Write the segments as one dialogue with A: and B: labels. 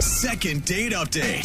A: Second date update.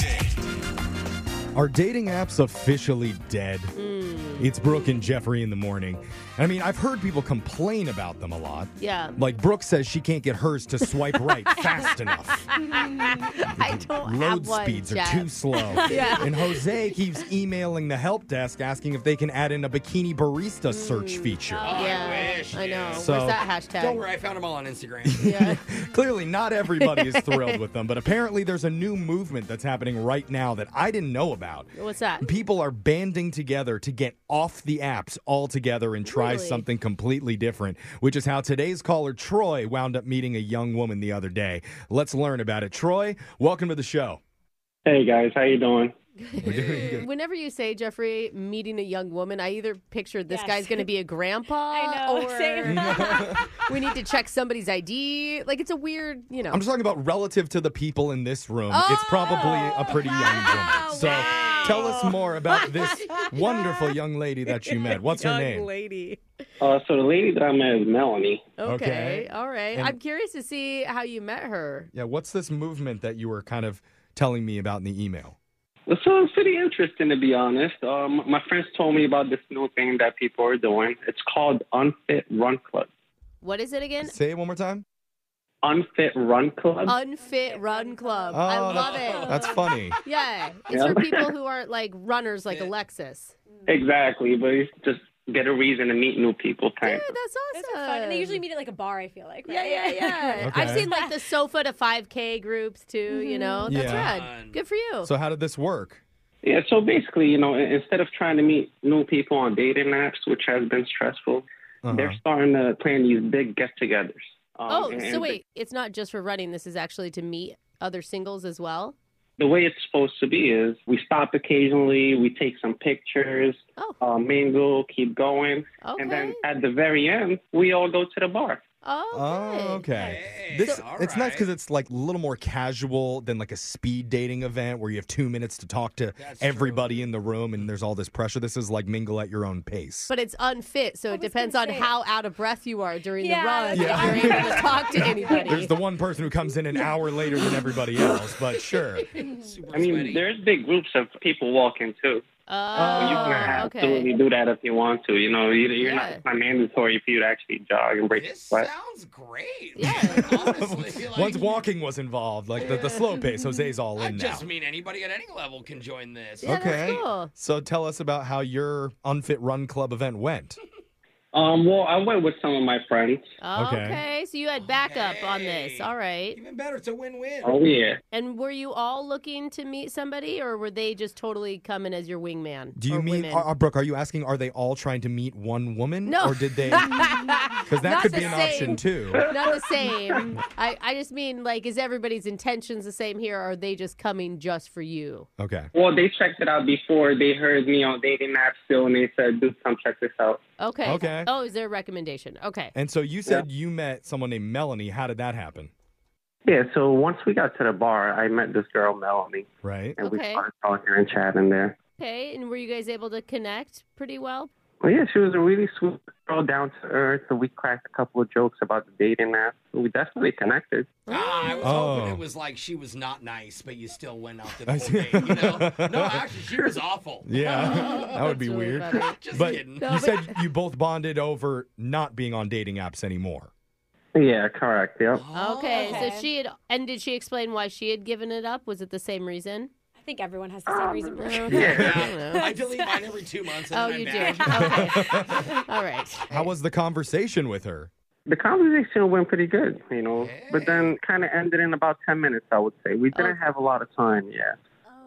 B: Are dating apps officially dead?
C: Hmm.
B: It's Brooke and Jeffrey in the morning. I mean, I've heard people complain about them a lot.
C: Yeah.
B: Like Brooke says she can't get hers to swipe right fast enough.
C: I don't
B: Load
C: have one,
B: speeds are
C: Jeff.
B: too slow.
C: Yeah.
B: And Jose keeps emailing the help desk asking if they can add in a bikini barista search feature.
C: Hmm. yeah,
D: I wish,
C: I know.
B: So-
C: Where's that hashtag?
D: Don't worry, I found them all on Instagram.
C: Yeah.
B: Clearly, not everybody is thrilled with them, but apparently, there's a new movement that's happening right now that I didn't know about.
C: What's that?
B: People are banding together to get off the apps altogether and try
C: Really?
B: something completely different, which is how today's caller, Troy, wound up meeting a young woman the other day. Let's learn about it. Troy, welcome to the show.
E: Hey guys, how you doing?
C: Whenever you say Jeffrey meeting a young woman, I either picture this guy's going to be a grandpa,
F: know,
C: or
F: same.
C: we need to check somebody's ID. Like it's a weird, you know.
B: I'm just talking about relative to the people in this room. it's probably a pretty young woman. So tell us more about this wonderful young lady that you met. What's her name?
F: lady.
E: Uh, so the lady that I met is Melanie.
C: okay.
B: okay.
C: all right.
B: And-
C: I'm curious to see how you met her.
B: Yeah, what's this movement that you were kind of telling me about in the email?
E: It sounds uh, pretty interesting, to be honest. Um, my friends told me about this new thing that people are doing. It's called Unfit Run Club.
C: What is it again?
B: Say it one more time.
E: Unfit Run Club.
C: Oh. Unfit Run Club. I
B: Oh,
C: love
B: that's-
C: it.
B: That's funny.
C: yeah, it's
E: Yeah.
C: for people who aren't like runners, like Alexis.
E: exactly, but it's just get a reason to meet new people.
C: Yeah,
E: Kind.
C: that's
E: of.
C: awesome.
F: That's so fun. And they usually meet at like a bar, I feel like.
C: Yeah,
F: right?
C: yeah, yeah.
B: Okay.
C: I've seen like the sofa to 5K groups too,
F: Mm-hmm.
C: you know? That's
B: Yeah.
C: rad. Good for you.
B: So how did this work?
E: Yeah. So basically, you know, i- instead of trying to meet new people on dating apps, which has been stressful,
B: Uh-huh.
E: they're starting to plan these big get-togethers. Um,
C: oh,
E: and-
C: so wait, it's not just for running. This is actually to meet other singles as well.
E: the way it's supposed to be is we stop occasionally, we take some pictures,
C: Oh.
E: uh, mingle, keep going,
C: Okay.
E: and then at the very end, we all go to the bar.
C: Oh,
B: Oh,
C: good.
B: okay.
D: Hey,
B: This
D: all
B: it's nice
D: right.
B: because it's like a little more casual than like a speed dating event where you have two minutes to talk to
D: That's true.
B: everybody in the room and there's all this pressure. This is like mingle at your own pace.
C: But it's unfit, so it
F: was
C: depends on
F: gonna say-
C: how out of breath you are during
F: Yeah,
C: the run.
F: that's
C: If you're able to talk to anybody.
B: There's the one person who comes in an hour later than everybody else, but sure.
D: Super
E: I mean,
D: sweaty.
E: there's big groups of people walking too.
C: oh,
E: you can absolutely
C: okay.
E: do that if you want to. You know, you, you're not
C: Yeah.
E: it's not mandatory for you to actually jog and break your
D: This
E: sweat.
D: sounds great.
C: Yeah.
D: Honestly, like,
B: Once walking was involved, like the, the slow pace, Jose's all
D: I
B: in now.
D: just mean anybody at any level can join this.
C: Yeah, that's
B: okay.
C: cool.
B: So tell us about how your Unfit Run Club event went.
E: Um, well, I went with some of my friends.
B: Okay.
C: okay. so you had backup on this.
D: Okay.
C: All right.
D: Even better, it's a win-win.
E: Oh yeah.
C: And were you all looking to meet somebody, or were they just totally coming as your wingman?
B: Do you
C: or
B: mean,
C: women?
B: uh, uh, Brooke, are you asking, are they all trying to meet one woman?
C: No.
B: Or did they? Because that
C: Not
B: could
C: the
B: be an
C: same.
B: option too.
C: Not the same. I, I just mean like, is everybody's intentions the same here, or are they just coming just for you?
B: Okay.
E: Well, they checked it out before. They heard me on dating apps still, and they said, "Dude, come check this out."
C: Okay.
B: Okay.
C: Oh, is there a recommendation? Okay.
B: And so you said you met someone named Melanie. How did that happen?
E: Yeah, so once we got to the bar, I met this girl, Melanie,
B: Right.
E: and we
C: Okay.
E: started talking and chatting there.
C: Okay. And were you guys able to connect pretty well?
E: Well, yeah, she was a really sweet girl, down to earth, and we cracked a couple of jokes about the dating app. We definitely connected.
D: Ah, I was
B: Oh.
D: hoping it was like she was not nice, but you still went out to the
B: I
D: whole
B: see.
D: thing. You know? No, actually, she was awful.
B: Yeah. that would be
C: That's really
B: weird.
C: funny.
D: Just
B: But
D: kidding.
B: you said you both bonded over not being on dating apps anymore.
E: Yeah, correct. Yep.
D: Oh,
C: Okay,
F: Okay.
C: so she had, and did she explain why she had given it up? Was it the same reason?
F: I think everyone has the same
B: Um,
F: reason. for it.
C: Okay, I don't
D: Yeah.
C: know.
D: I delete mine every two months. And
C: Oh,
D: then
C: you do.
D: I'm back.
C: Okay. All right.
B: How was the conversation with her?
E: The conversation went pretty good, you know, but then kind of ended in about 10 minutes, I would say. We didn't have a lot of time, yeah.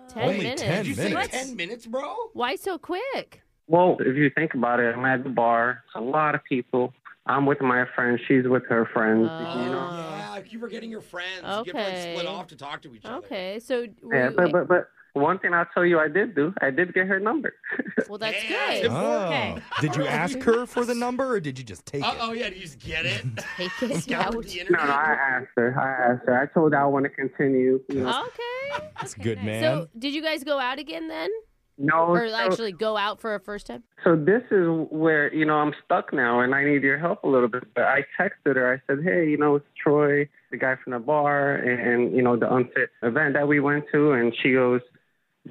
C: Ten
B: Only
C: minutes.
B: 10
D: Did you
B: minutes.
D: say 10 minutes, bro?
C: Why so quick?
E: Well, if you think about it, I'm at the bar, it's a lot of people. I'm with my friend, she's with her friend.
C: Oh.
E: you know?
D: yeah, if you were getting your friends, you could like split
C: Okay.
D: off to talk to each other.
C: Okay, so were
E: Yeah,
C: you-
E: but, but, but one thing I'll tell you I did do, I did get her number.
C: well, that's
D: Yeah.
C: good.
B: Oh. Did you ask her for the number or did you just take
D: Uh
B: it?
D: oh, yeah, do you just get it?
C: Take it
D: Scour
C: out.
D: the
E: No,
D: internet.
E: no, I asked her. I asked her. I told her I want to continue.
C: Oh,
E: You know.
C: Okay.
B: That's good, man.
C: So, did you guys go out again then,
E: no,
C: or
E: so,
C: actually go out for a first time?
E: so this is where you know I'm stuck now, and I need your help a little bit. But I texted her. I said, "Hey, you know, it's Troy. the guy from the bar and, you know, the unfit event that we went to. And she goes,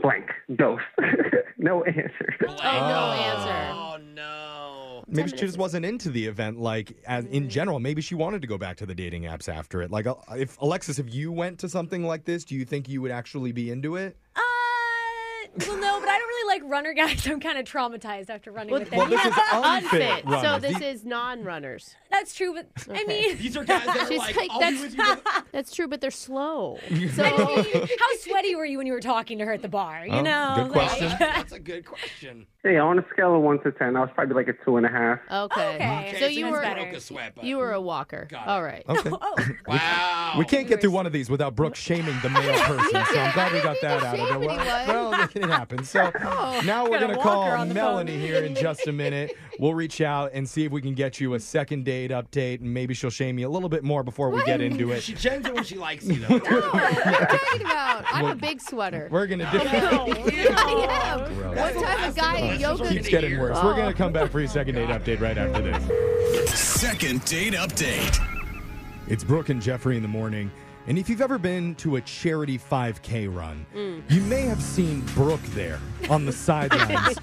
E: blank, dose. no answer.
C: Oh, no
D: Oh no.
B: Maybe she just wasn't into the event, like as,
C: Mm.
B: in general. Maybe she wanted to go back to the dating apps after it. Like, uh, if Alexis, if you went to something like this, do you think you would actually be into it?
F: Uh, well, no, but I don't really like runner guys. I'm kind of traumatized after running with them.
B: Well, this is
C: answer.
B: unfit.
C: Unfit. So
B: runners.
C: this
B: The-
C: is non-runners.
F: That's true, but I mean,
D: These are guys that are
C: She's
D: like, "Oh,
C: like,
D: I'll be
C: that's-
D: with you. to the-"
C: That's true, but they're slow.
F: I
C: So
F: mean, how sweaty were you when you were talking to her at the bar? You
B: Oh,
F: know,
B: good question.
D: That's a good question.
E: Yeah, on a scale of one to ten, I was probably like a two and a half.
C: okay.
F: Okay,
C: So
F: so
C: you
F: that's
C: were
F: better.
D: Broke a sweat, but-
C: you were a walker.
D: Got it.
C: All right.
B: okay.
F: Oh,
D: Wow.
B: We can't get through one of these without Brooke shaming the male person, so I'm glad we got that out of the way.
C: shame anyone.
B: Well, it happens. So
F: Oh,
B: now we're
F: Got a
B: going to
F: walker
B: call
F: on the
B: Melanie
F: phone.
B: here in just a minute. We'll reach out and see if we can get you a second date update, and maybe she'll shame you a little bit more before we get into it.
D: She gens it when she likes you though.
C: What are you talking about? I'm a big sweater.
B: We're going to do
C: I am. One time a guy at yoga.
B: Keeps getting worse. We're going to come back for your second date update right after this.
A: Second date update.
B: It's Brooke and Jeffrey in the morning. And if you've ever been to a charity 5K run,
D: Mm.
B: you may have seen Brooke there on the sidelines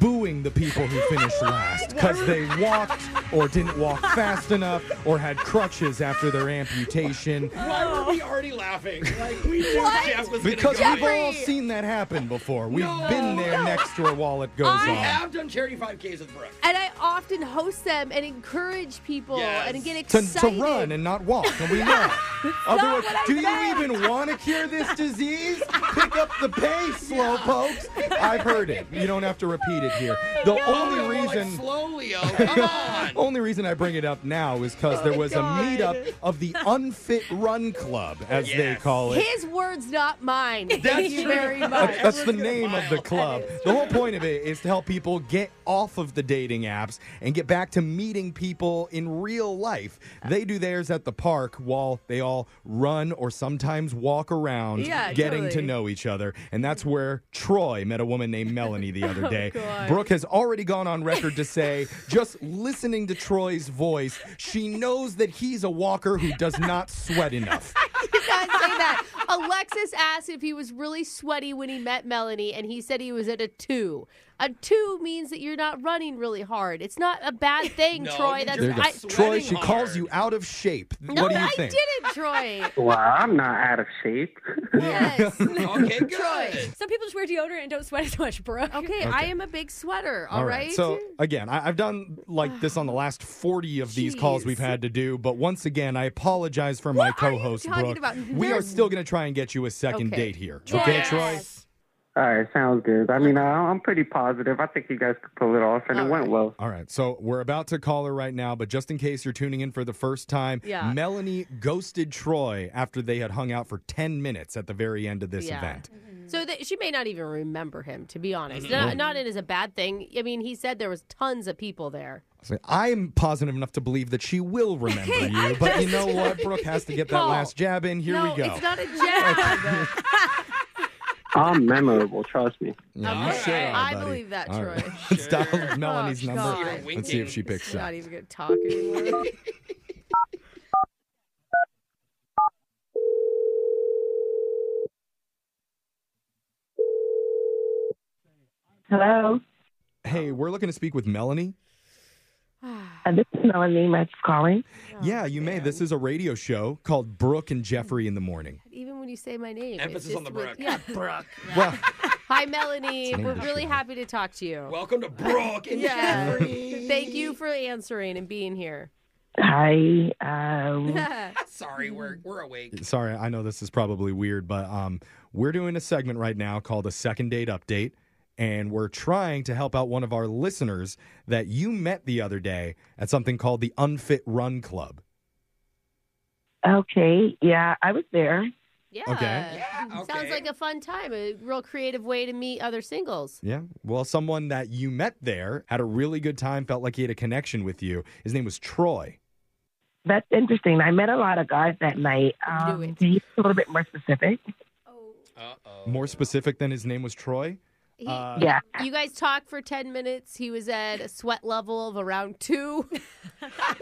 B: booing the people who finished last because they walked or didn't walk fast enough or had crutches after their amputation.
D: Why were we already laughing? Like we knew Jeff was gonna
B: Because
D: go
B: we've all
D: in.
B: seen that happen before. We've been there next to her while it goes
D: We
B: on.
D: have done charity 5Ks with Brooke.
C: And I often host them and encourage people
D: Yes.
C: and get
B: To,
C: excited.
B: to run and not walk, and we know. Otherwise,
C: what I
B: do you
C: meant.
B: even want to cure this disease? Pick up the pace, slow pokes. I've heard it. You don't have to repeat it here. The
D: Oh,
B: only
D: like,
B: reason.
D: slowly, oh, come on.
B: Only reason I bring it up now is because
C: Oh
B: there was a meetup of the Unfit Run Club, as they
D: Yes.
B: call it.
C: His words, not mine. Thank
D: That's
C: you
D: true.
C: very
B: That's,
C: much.
B: that's the
D: Everyone's gonna
B: name of the
D: smile.
B: club. The whole point of it is to help people get off of the dating apps and get back to meeting people in real life. They do theirs at the park while they all run or sometimes walk around
C: Yeah,
B: getting to
C: totally.
B: know each other. And that's where Troy met a woman named Melanie the
D: Oh,
B: other day. Brooke has already gone on record to say, just listening to Troy's voice, she knows that he's a walker who does not sweat enough.
C: not say that. Alexis asked if he was really sweaty when he met Melanie, and he said he was at a two. A two means that you're not running really hard. It's not a bad thing,
D: No,
C: Troy.
D: you're
C: That's
B: There you go.
D: I-
B: Troy,
D: Sweating
B: she calls
D: hard.
B: you out of shape.
C: No,
B: what do you
C: I
B: think?
C: didn't, Troy.
E: Well, I'm not out of shape.
C: Yes.
D: Okay, good.
F: some people just wear deodorant and don't sweat as much, bro.
C: Okay, I am a big sweater.
B: All right. So again, I, I've done like this on the last forty of these calls we've had to do, but once again, I apologize for my
C: What are you
B: co-host
C: talking
B: Brooke.
C: about?
B: We are
C: There's-
B: still going to try and get you a second
C: Okay.
B: date here. Okay,
F: Yes.
B: Troy.
E: All right, sounds good. I mean, I, I'm pretty positive. I think you guys could pull it off, and it went well.
B: All right. So we're about to call her right now, but just in case you're tuning in for the first time,
C: Yeah.
B: Melanie ghosted Troy after they had hung out for ten minutes at the very end of this
C: Yeah.
B: event.
C: So that she may not even remember him, to be honest.
B: Mm-hmm.
C: Not, not it is a bad thing. I mean, he said there was tons of people there.
B: So I'm positive enough to believe that she will remember you, but you know what? Brooke has to get that
C: No.
B: last jab in. Here
C: no,
B: we go.
C: it's not a jab.
E: I'm memorable, trust me.
B: Yeah, you
D: All
B: sure
D: right.
B: are,
C: I
B: buddy.
C: believe that,
B: All
C: Troy.
B: right. Let's dial Melanie's
C: Oh, God.
B: number.
D: You're
B: Let's see if she
D: winking.
B: picks
C: not
B: up.
C: even gonna talk anymore.
G: Hello,
B: Hey, we're looking to speak with Melanie.
G: uh, this is Melanie Metz calling.
C: Oh,
B: yeah, you may. This is a radio show called Brooke and Jeffrey in the Morning.
C: even when you say my name, it's
D: Emphasis
C: just
D: on the
C: with-
D: Brooke.
C: yeah, Brooke.
B: Well,
C: Hi, Melanie.
B: the name
C: We're
B: of the
C: really
B: show.
C: happy to talk to you.
D: Welcome to Brooke and
C: Yeah.
D: Jeffrey.
C: Thank you for answering and being here.
G: Hi. Um,
D: Sorry, we're we're awake.
B: sorry, I know this is probably weird, but um, we're doing a segment right now called a second date update, and we're trying to help out one of our listeners that you met the other day at something called the Unfit Run Club.
G: okay. Yeah, I was there.
C: yeah.
D: Yeah,
C: Sounds
D: okay.
C: like a fun time. A real creative way to meet other singles.
B: Yeah. Well, someone that you met there had a really good time, felt like he had a connection with you. His name was Troy.
G: That's interesting. I met a lot of guys that night.
C: Knew
G: Um,
C: it.
G: do you a little bit more specific?
D: Uh oh.
B: More specific than his name was Troy.
C: He-
B: Uh,
G: yeah.
C: You guys talked for 10 minutes. He was at a sweat level of around two.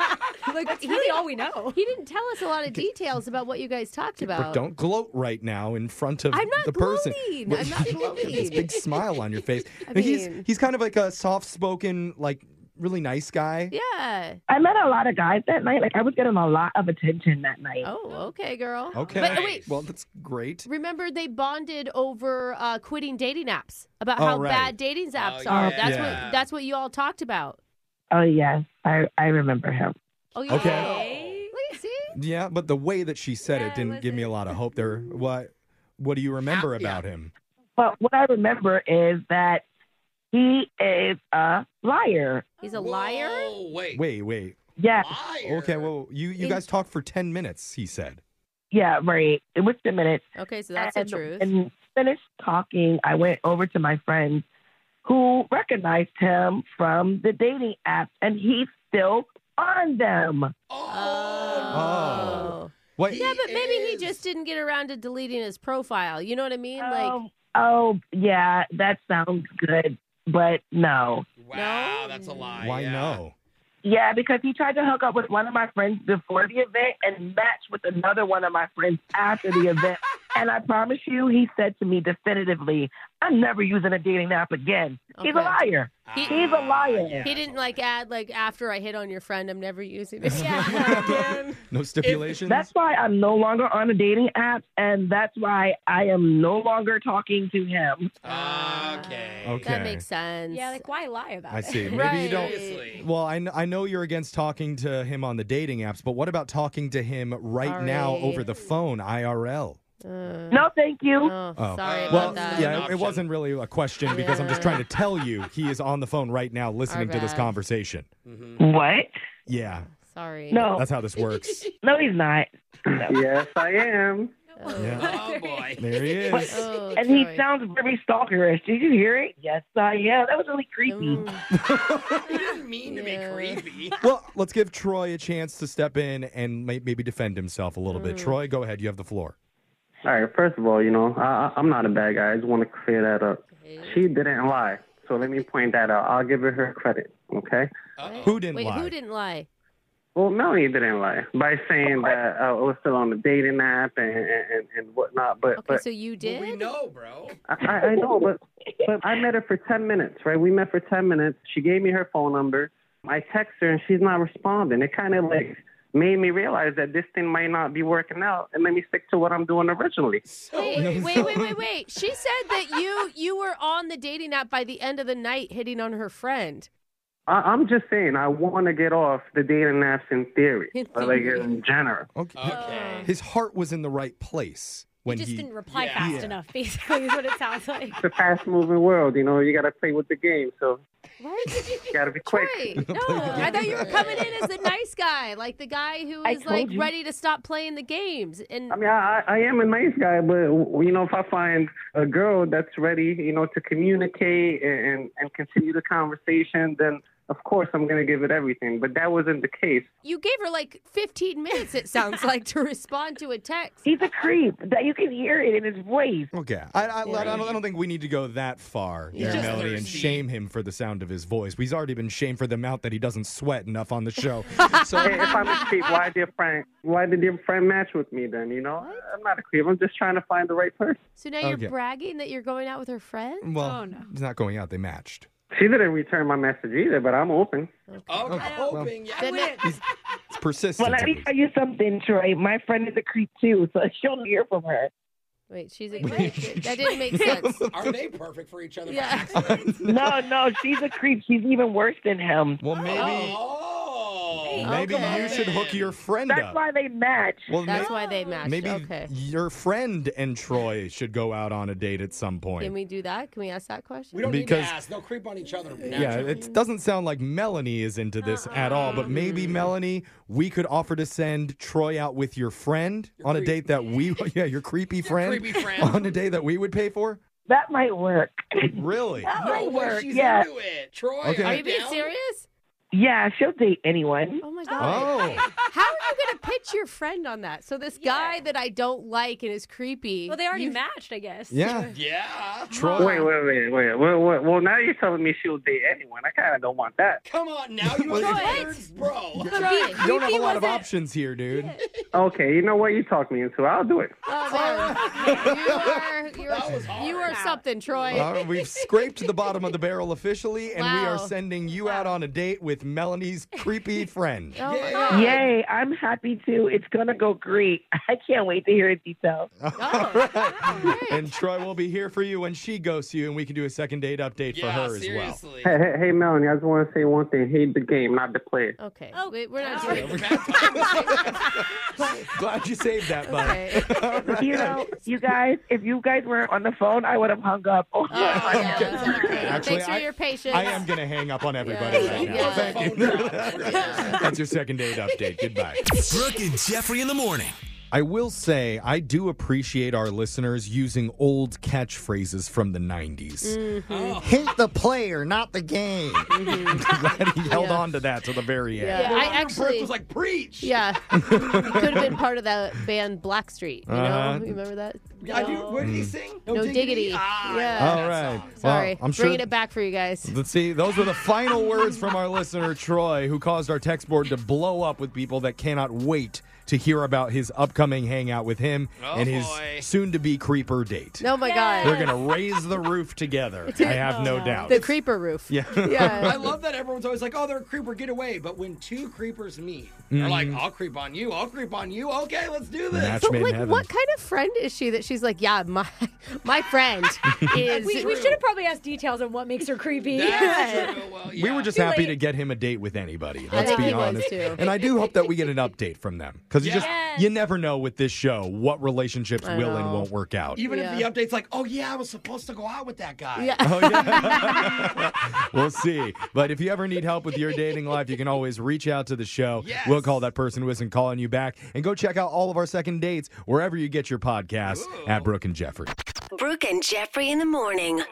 C: Like, he,
F: Really,
C: didn't-
F: all we know.
C: he didn't tell us a lot of details about what you guys talked
B: But
C: about.
B: don't gloat right now in front of
C: I'm not
B: the person.
C: gloating.
B: With
C: I'm not
B: this
C: gloating.
B: big smile on your face.
C: I
B: No, he's
C: mean-
B: he's kind of like a soft-spoken, like really nice guy.
C: yeah.
G: I met a lot of guys that night. Like I was getting a lot of attention that night.
C: Oh, okay, girl.
B: Okay.
C: But wait,
B: Well, that's great.
C: remember they bonded over uh, quitting dating apps about
B: Oh,
C: how
B: right.
C: bad dating apps
D: Oh,
C: are.
D: yeah.
C: That's
B: Yeah.
C: what that's what you all talked about.
G: Oh yes, I I remember him.
C: Oh, yeah.
B: Okay.
C: Wait, see?
B: Yeah, but the way that she said
F: Yeah,
B: it didn't
F: was
B: give me
F: it-
B: a lot of hope there. What what do you remember
D: Ah, yeah.
B: about him?
G: But what I remember is that he is a liar.
C: He's a liar.
D: Whoa, wait.
B: Wait, wait.
G: Yeah,
D: Liar.
B: Okay, well, you you
C: In-
B: guys talked for 10 minutes, he said.
G: yeah, right. It was the minute.
C: Okay, so that's the
G: and,
C: truth.
G: And finished talking, I went over to my friends who recognized him from the dating apps, and he's still on them.
D: Oh.
B: What?
C: Yeah, but maybe he
D: is.
C: just didn't get around to deleting his profile. You know what I mean? Like,
G: oh, oh, yeah, that sounds good, but no.
D: Wow,
C: No.
D: that's a lie.
B: Why
D: yeah.
B: no?
G: Yeah, because he tried to hook up with one of my friends before the event and match with another one of my friends after the event. And I promise you, he said to me definitively, I'm never using a dating app again. He's a
C: Okay.
G: liar.
D: He-
G: He's a liar.
D: Ah. Yeah.
C: he didn't like add like after I hit on your friend, I'm never using it.
F: Yeah.
B: No stipulations?
G: That's why I'm no longer on a dating app, and that's why I am no longer talking to him.
D: Okay.
B: Okay.
C: That makes sense.
F: yeah, like why lie about
B: I
F: it?
B: see. Maybe you
C: Right.
B: don't
D: Seriously.
B: Well, I, kn- I know you're against talking to him on the dating apps, but what about talking to him right now
C: Sorry.
B: over the phone, IRL?
C: Uh,
G: No, thank you.
C: oh,
B: Oh.
C: sorry
D: Uh,
C: about
B: well,
C: that.
D: An
B: yeah, it, it
D: option.
B: wasn't really a question because I'm just
C: Yeah.
B: trying to tell you he is on the phone right now listening to this
C: bad.
B: conversation.
D: Mhm.
G: What?
B: Yeah,
C: Sorry.
G: No,
B: that's how this works.
G: no, he's not.
E: Yes, I am.
C: Oh.
B: Yeah.
D: Oh boy.
B: There he is.
C: Oh,
G: And he
C: Troy.
G: sounds very stalkerish. Did you hear it? Yes, I am. That was really creepy.
C: Mm.
D: You didn't mean to
C: Yeah.
D: be creepy.
B: Well, let's give Troy a chance to step in and may- maybe defend himself a little bit. Troy, go ahead. You have the floor.
E: All right, first of all, you know, I, I- I'm not a bad guy. I just want to clear that up. She didn't lie. So let me point that out. I'll give her her credit, okay?
B: Who didn't
C: Wait,
B: lie?
C: who didn't lie?
E: Well, Melanie didn't lie by saying that uh, I was still on the dating app and, and, and whatnot. But,
C: Okay,
E: but
C: so you
D: Well,
C: did.
D: we know, bro.
E: I, I know, but, but I met her for 10 minutes, right? We met for 10 minutes. She gave me her phone number. I text her and she's not responding. It kind of like made me realize that this thing might not be working out and let me stick to what I'm doing originally.
B: Oh,
D: So
C: Wait, wait, wait, wait, wait. She said that you you were on the dating app by the end of the night hitting on her friend.
E: I, I'm just saying, I want to get off the dating apps in theory,
C: In
E: but like
C: theory.
E: in general.
B: Okay.
C: Oh,
D: Okay.
B: His heart was in the right place when
F: just
B: he.
F: didn't reply
D: Yeah.
F: fast
B: Yeah.
F: enough, basically, is what it sounds like.
E: It's a fast moving world, you know, you got to play with the game, so
C: What?
E: you got to be quick.
C: Troy, no, I thought you were coming in as the nice guy, like the guy who
G: I
C: is like
G: told you. Um,
C: ready to stop playing the games. And
E: I mean, I, I I am a nice guy, but you know, if I find a girl that's ready, you know, to communicate and and continue the conversation, then of course I'm gonna give it everything. But that wasn't the case.
C: you gave her like 15 minutes, it sounds like, to respond to a text.
G: He's a creep. That you can hear it in his voice.
B: Okay, I, I, I don't, I don't think we need to go that far here,
D: He's just
B: Melody, and
D: thirsty.
B: shame him for the sound of his voice. He's already been shamed for the amount that he doesn't sweat enough on the show.
E: Hey,
B: So,
E: if I'm a creep, why did your friend why did your friend match with me then? You know, I'm not a creep. I'm just trying to find the right person.
C: So now
B: Okay.
C: you're bragging that you're going out with her friend?
B: well,
F: Oh, no.
B: he's not going out. They matched.
E: She didn't return my message either, but I'm open.
D: Okay.
B: Okay.
D: Hoping. Yeah.
C: Then that-
B: It's persistent.
G: Well, let
B: at
G: me
B: least.
G: tell you something, Troy. My friend is a creep too, so she'll hear from her.
C: wait, she's a creep. That didn't make sense.
D: Are they perfect for each other? by
C: Yeah.
D: accident?
G: No, no, she's a creep. She's even worse than him.
B: Well, maybe
D: Oh.
B: maybe
C: Okay.
B: you should hook your friend
G: That's
B: up.
G: why they match.
B: well,
C: That's
B: may-
C: why they matched.
B: maybe
C: okay.
B: your friend and Troy should go out on a date at some point.
C: Can we do that? Can we ask that question?
D: We don't need
B: Because-
D: to ask. They'll creep on each other.
B: yeah,
D: naturally.
B: it doesn't sound like Melanie is into this at all, but maybe Melanie, we could offer to send Troy out with your friend on a
D: creep-
B: date that we, yeah, your creepy friend,
D: creepy friend.
B: on a day that we would pay for.
G: That might work.
B: Oh, Really?
D: No way.
G: work,
D: She's
G: yeah.
D: into it. Troy.
B: Okay.
D: Are
C: Are
D: you
C: you being
D: down?
C: serious?
G: Yeah, she'll date anyone.
C: Oh my god.
B: Oh,
C: How are you going to pitch your friend on that. So this guy that I don't like and is creepy.
F: Well, they already
C: you-
F: matched, I guess.
B: Yeah.
D: Yeah.
B: Troy.
E: Wait, wait, wait, wait, wait, wait. Well, now you're telling me she'll date anyone. I kind of don't want that.
D: Come on now, you others, bro.
C: Troy.
B: You don't have a lot of options here, dude.
E: Okay, you know what? You talked me into it. I'll do it.
C: Oh, man. you are you are, you are something, Troy.
B: All right, Uh, we've scraped the bottom of the barrel officially, and we are
C: Wow.
B: sending you out on a date with Melanie's creepy friend.
C: Oh, my
D: Yeah.
C: God.
G: Yay, I'm happy too. It's going to go great. I can't wait to hear in detail.
C: Oh.
B: and Troy will be here for you when she ghosts you, and we can do a second date update for
D: Yeah,
B: her as well.
D: seriously.
E: Hey, hey, hey, Melanie, I just want to say one thing. Hate the game, not the player.
C: Okay.
F: Oh,
C: Wait, we're not
F: God.
C: doing that.
B: Glad you saved that, bud.
C: Okay.
G: You know, you guys, if you guys weren't on the phone, I would have hung up. Oh,
C: Oh, yeah,
B: Okay.
C: that's all right.
B: Actually,
C: Thanks for
B: I-
C: your patience.
B: I am going to hang up on everybody
C: Yeah.
B: right now.
C: Yeah.
B: Thank you. That's your second date update. Goodbye.
A: Brooke and Jeffrey in the morning.
B: I will say I do appreciate our listeners using old catchphrases from the 90s. Hate the player, not the game. Glad he held on to that to the very end.
C: Yeah, I actually.
D: was like, preach.
C: yeah, could have been part of that band Blackstreet. You know,
B: Uh-huh.
C: you remember that?
D: I do, what
A: Mm.
D: did he sing?
C: No diggity.
D: Ah,
C: Yeah.
D: I love
B: All
D: that
B: right.
D: song.
C: Sorry,
B: Oh, Well, I'm sure.
C: bringing it back for you guys.
B: Let's see. Those were the final words from our listener, Troy, who caused our text board to blow up with people that cannot wait to hear about his upcoming hangout with him
D: Oh,
B: and
D: boy.
B: his soon to be creeper date.
C: Oh my
B: They're
C: God,
B: going to raise the roof together. I have no doubt.
C: the creeper roof.
B: Yeah.
D: I
C: yeah.
D: love that everyone's always like, oh, they're a creeper, get away. But when two creepers meet,
A: Mm.
D: they're like, I'll creep on you, I'll creep on you. Okay, let's do this.
B: Match
C: So,
B: made in
C: like,
B: heaven.
C: what kind of friend is she that she's like, yeah, my my friend is.
F: We, we should have probably asked details on what makes her creepy.
D: That's true. Well,
B: We
D: yeah.
B: were just happy
F: late.
B: to get him a date with anybody. Let's
C: think
B: be
C: he was,
B: honest.
C: too.
B: And I do hope that we get an update from them because you
D: Yeah.
B: just
F: Yes.
B: you never know with this show what relationships
C: I
B: will and
C: know.
B: won't work out.
D: Even
C: Yeah.
D: if the update's like, oh, yeah, I was supposed to go out with that guy.
C: Yeah.
B: Oh, yeah. we'll see. But if you ever need help with your dating life, you can always reach out to the show.
D: Yes.
B: We'll call that person who isn't calling you back. And go check out all of our second dates wherever you get your podcasts at Brooke and Jeffrey.
H: Brooke and Jeffrey in the morning.